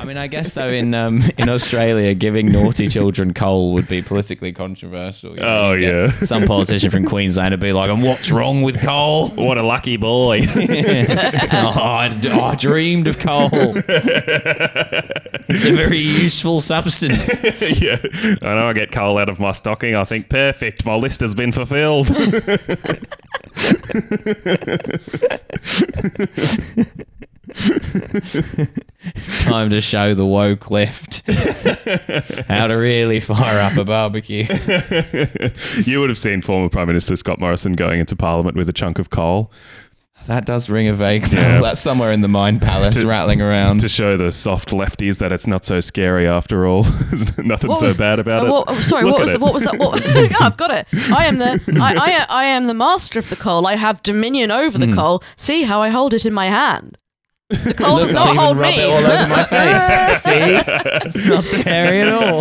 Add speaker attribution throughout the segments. Speaker 1: I mean, I guess though in um, in Australia, giving naughty children coal would be politically controversial. You
Speaker 2: Oh,
Speaker 1: you'd get
Speaker 2: yeah.
Speaker 1: some politician from Queensland would be like, "And what's wrong with coal?
Speaker 2: What a lucky boy.
Speaker 1: oh, I, d- oh, I dreamed of coal. it's a very useful substance."
Speaker 2: yeah. I know I get coal out of my stocking. I think, perfect. My list has been fulfilled.
Speaker 1: Time to show the woke left how to really fire up a barbecue.
Speaker 2: you would have seen former Prime Minister Scott Morrison going into Parliament with a chunk of coal
Speaker 1: That does ring a vague bell.
Speaker 2: Yeah.
Speaker 1: That's somewhere in the mind palace,
Speaker 2: To-
Speaker 1: rattling around.
Speaker 2: to show the soft lefties that it's not so scary after all. There's nothing so bad about
Speaker 3: uh,
Speaker 2: it.
Speaker 3: what- oh, sorry,
Speaker 2: Look
Speaker 3: what
Speaker 2: at
Speaker 3: was, the,
Speaker 2: it.
Speaker 3: what was that? What, oh, I've got it. I am the I, I, am- I am the master of the coal. I have dominion over
Speaker 2: Hmm.
Speaker 3: the coal. See how I hold it in my hand. The coal
Speaker 1: Look,
Speaker 3: does
Speaker 1: I'll
Speaker 3: Oh, not
Speaker 1: even
Speaker 3: hold
Speaker 1: rub
Speaker 3: me.
Speaker 1: it all over my face. See, it's not scary at all.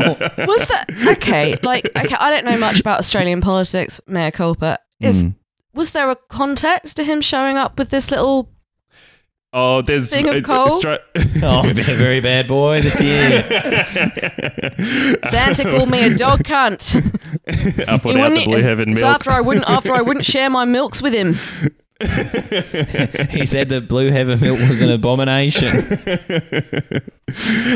Speaker 3: was that okay? Like okay, I don't know much about Australian politics, Mayor Culper.
Speaker 2: Hmm.
Speaker 3: Is was there a context to him showing up with this little?
Speaker 2: Oh, there's
Speaker 3: Thing of
Speaker 2: it's-
Speaker 3: coal?
Speaker 2: Austra-
Speaker 1: Oh, be a very bad boy this year.
Speaker 3: Santa called me a dog
Speaker 2: up
Speaker 3: cunt.
Speaker 2: and
Speaker 3: He
Speaker 2: out the
Speaker 3: wouldn't-
Speaker 2: blue heaven
Speaker 3: it's
Speaker 2: milk.
Speaker 3: after I wouldn't after I wouldn't share my milks with him.
Speaker 1: he said that blue heaven milk was an abomination.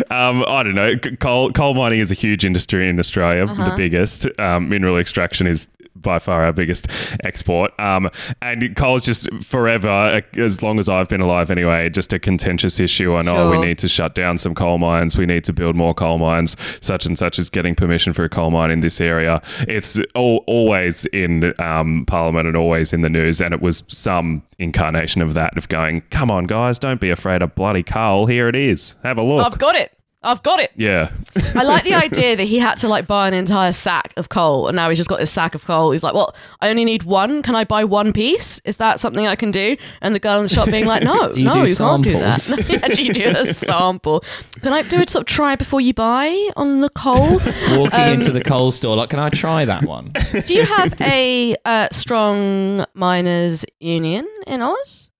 Speaker 2: um, I don't know. C- Coal coal mining is a huge industry in Australia, the biggest. Um, mineral extraction is by far our biggest export. Um, and coal's just forever, uh, as long as I've been alive anyway, just a contentious issue. And oh, we
Speaker 3: Sure.
Speaker 2: need to shut down some coal mines. We need to build more coal mines. Such and such is getting permission for a coal mine in this area. It's al always in um, Parliament and always in the news. And it was some incarnation of that of going, come on, guys, don't be afraid of bloody coal. Here it is. Have a look.
Speaker 3: I've got it. I've got it.
Speaker 2: Yeah.
Speaker 3: I like the idea that he had to like buy an entire sack of coal, and now he's just got this sack of coal. He's like, "Well, I only need one. Can I buy one piece? Is that something I can do?" And the girl in the shop being like, "No,
Speaker 1: you
Speaker 3: no,
Speaker 1: do
Speaker 3: you can't do that. yeah, do you do a sample? Can I do a sort of try before you buy on the coal?
Speaker 1: Walking
Speaker 3: Um,
Speaker 1: into the coal store, like, can I try that one?
Speaker 3: do you have a uh, strong miners union in Oz?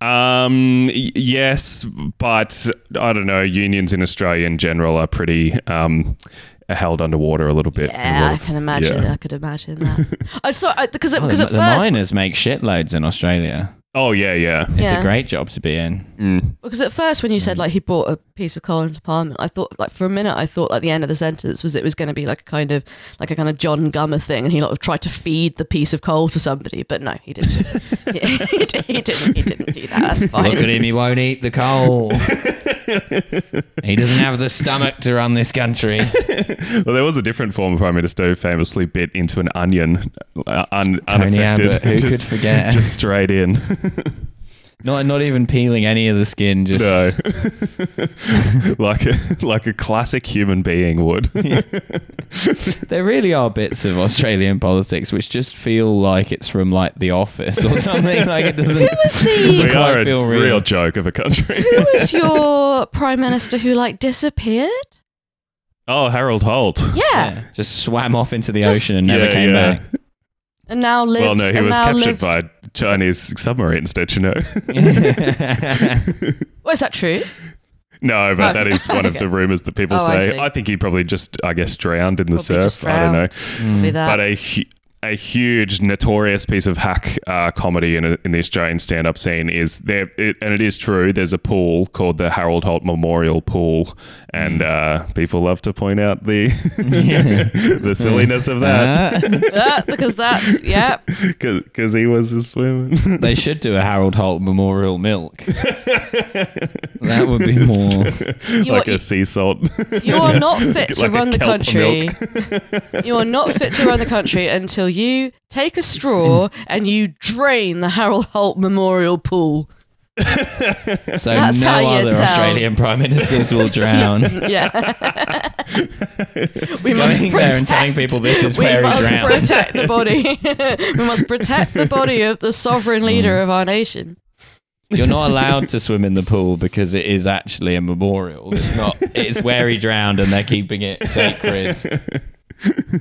Speaker 2: Um, y- yes, but I don't know. Unions in Australia in general are pretty um, held underwater a little bit. A
Speaker 3: Yeah,
Speaker 2: lot
Speaker 3: I
Speaker 2: of-
Speaker 3: can imagine.
Speaker 2: yeah.
Speaker 3: I could imagine that. I saw uh, because
Speaker 1: Oh,
Speaker 3: because
Speaker 1: the,
Speaker 3: at
Speaker 1: the
Speaker 3: first
Speaker 1: miners make shitloads in Australia.
Speaker 2: Oh, yeah, yeah.
Speaker 1: It's
Speaker 3: Yeah.
Speaker 1: a great job to be in.
Speaker 2: Mm.
Speaker 3: Because at first, when you said like he brought a piece of coal into Parliament, I thought like for a minute I thought like the end of the sentence was it was going to be like a kind of like a kind of John Gummer thing, and he like tried to feed the piece of coal to somebody, but no, he didn't. he, he didn't. He didn't do that. That's fine.
Speaker 1: Look at him, he won't eat the coal. he doesn't have the stomach to run this country.
Speaker 2: Well, there was a different former prime minister who famously bit into an onion, uh, un-
Speaker 1: Tony
Speaker 2: unaffected,
Speaker 1: Abbott, who could forget?
Speaker 2: just straight in.
Speaker 1: Not not even peeling any of the skin, just
Speaker 2: no, like a, like a classic human being would.
Speaker 1: There really are bits of Australian politics which just feel like it's from like The Office or something. like it doesn't, doesn't
Speaker 2: we
Speaker 1: quite
Speaker 2: are a
Speaker 1: feel real.
Speaker 2: real joke of a country.
Speaker 3: Who was your prime minister who like disappeared?
Speaker 2: oh, Harold Holt.
Speaker 3: Yeah,
Speaker 1: Yeah, just swam off into the
Speaker 3: Just-
Speaker 1: ocean and never
Speaker 2: Yeah,
Speaker 1: came
Speaker 2: yeah.
Speaker 1: back.
Speaker 3: and now lives.
Speaker 2: well, no, he
Speaker 3: and
Speaker 2: was
Speaker 3: now
Speaker 2: captured
Speaker 3: lives-
Speaker 2: by Chinese submarines, don't you know?
Speaker 3: Oh, is that true?
Speaker 2: No, but
Speaker 3: Oh.
Speaker 2: that is one of
Speaker 3: Okay.
Speaker 2: the rumors that people
Speaker 3: Oh, I
Speaker 2: say.
Speaker 3: see.
Speaker 2: I, think he probably just, I guess, drowned in the
Speaker 3: Probably just
Speaker 2: surf. I don't know.
Speaker 3: Probably that.
Speaker 2: Mm, But a hu- a huge, notorious piece of hack uh, comedy in, in the Australian stand-up scene is there, it, and it is true. There's a pool called the Harold Holt Memorial Pool,
Speaker 3: Mm.
Speaker 2: and uh, people love to point out the the silliness of that
Speaker 1: Uh,
Speaker 3: Uh, because that's yeah.
Speaker 2: because he was a swimmer.
Speaker 1: they should do a Harold Holt memorial milk. that would be more.
Speaker 3: You
Speaker 2: like
Speaker 3: are-
Speaker 2: a sea salt.
Speaker 3: You are not fit to
Speaker 2: Like a
Speaker 3: run the
Speaker 2: kelp
Speaker 3: country. you are not fit to run the country until you take a straw and you drain the Harold Holt Memorial Pool.
Speaker 1: So
Speaker 3: That's
Speaker 1: no
Speaker 3: how you
Speaker 1: other
Speaker 3: tell.
Speaker 1: Australian prime ministers will drown.
Speaker 3: Yeah. we must
Speaker 1: Going there and telling people this is
Speaker 3: we
Speaker 1: where he
Speaker 3: must
Speaker 1: drowned.
Speaker 3: protect the body. we must protect the body of the sovereign
Speaker 2: Mm.
Speaker 3: leader of our nation.
Speaker 1: You're not allowed to swim in the pool because it is actually a memorial. It's not. It's where he drowned, and they're keeping it sacred.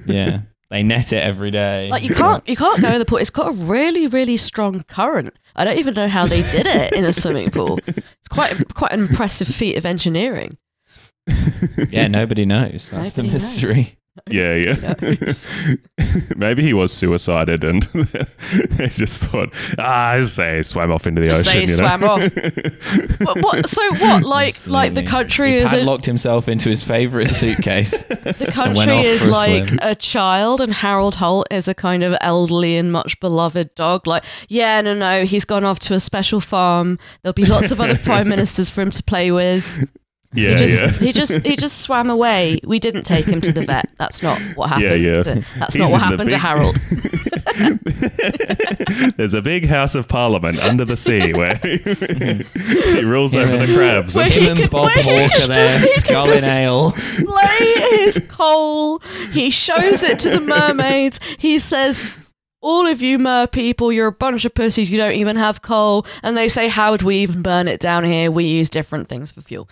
Speaker 1: Yeah. They net it every day.
Speaker 3: Like you can't you can't go in the pool. It's got a really really strong current. I don't even know how they did it in a swimming pool. It's quite quite an impressive feat of engineering.
Speaker 1: yeah, nobody knows. That's the
Speaker 3: Nobody knows.
Speaker 1: mystery.
Speaker 2: Yeah, yeah. Maybe he was suicided and he just thought, ah, I say he swam off into the
Speaker 3: Just
Speaker 2: ocean.
Speaker 3: say he
Speaker 2: you know?
Speaker 3: swam off. What, what? So what? Like like the
Speaker 1: Absolutely.
Speaker 3: country
Speaker 1: he
Speaker 3: is a,
Speaker 1: padlocked himself into his favourite suitcase.
Speaker 3: the
Speaker 1: went
Speaker 3: country
Speaker 1: off
Speaker 3: is
Speaker 1: for a
Speaker 3: like
Speaker 1: swim.
Speaker 3: a child, and Harold Holt is a kind of elderly and much beloved dog. Like yeah, no, no, he's gone off to a special farm. There'll be lots of other prime ministers for him to play with.
Speaker 2: yeah,
Speaker 3: he just
Speaker 2: yeah.
Speaker 3: he just he just swam away. We didn't take him to the vet. That's not what happened.
Speaker 2: Yeah, yeah.
Speaker 3: to- that's
Speaker 2: He's
Speaker 3: not what
Speaker 2: in the
Speaker 3: happened to
Speaker 2: big-
Speaker 3: Harold.
Speaker 2: There's a big house of parliament under the sea where he rules over the crabs.
Speaker 3: Wait.
Speaker 1: Him and
Speaker 3: could-
Speaker 1: Bob
Speaker 3: wait, he
Speaker 1: Hawke are
Speaker 3: could
Speaker 1: there,
Speaker 3: just- he could
Speaker 1: sculling
Speaker 3: just-
Speaker 1: ale.
Speaker 3: Play his coal. He shows it to the mermaids. He says. All of you mer people, you're a bunch of pussies. You don't even have coal, and they say, "How would we even burn it down here? We use different things for fuel."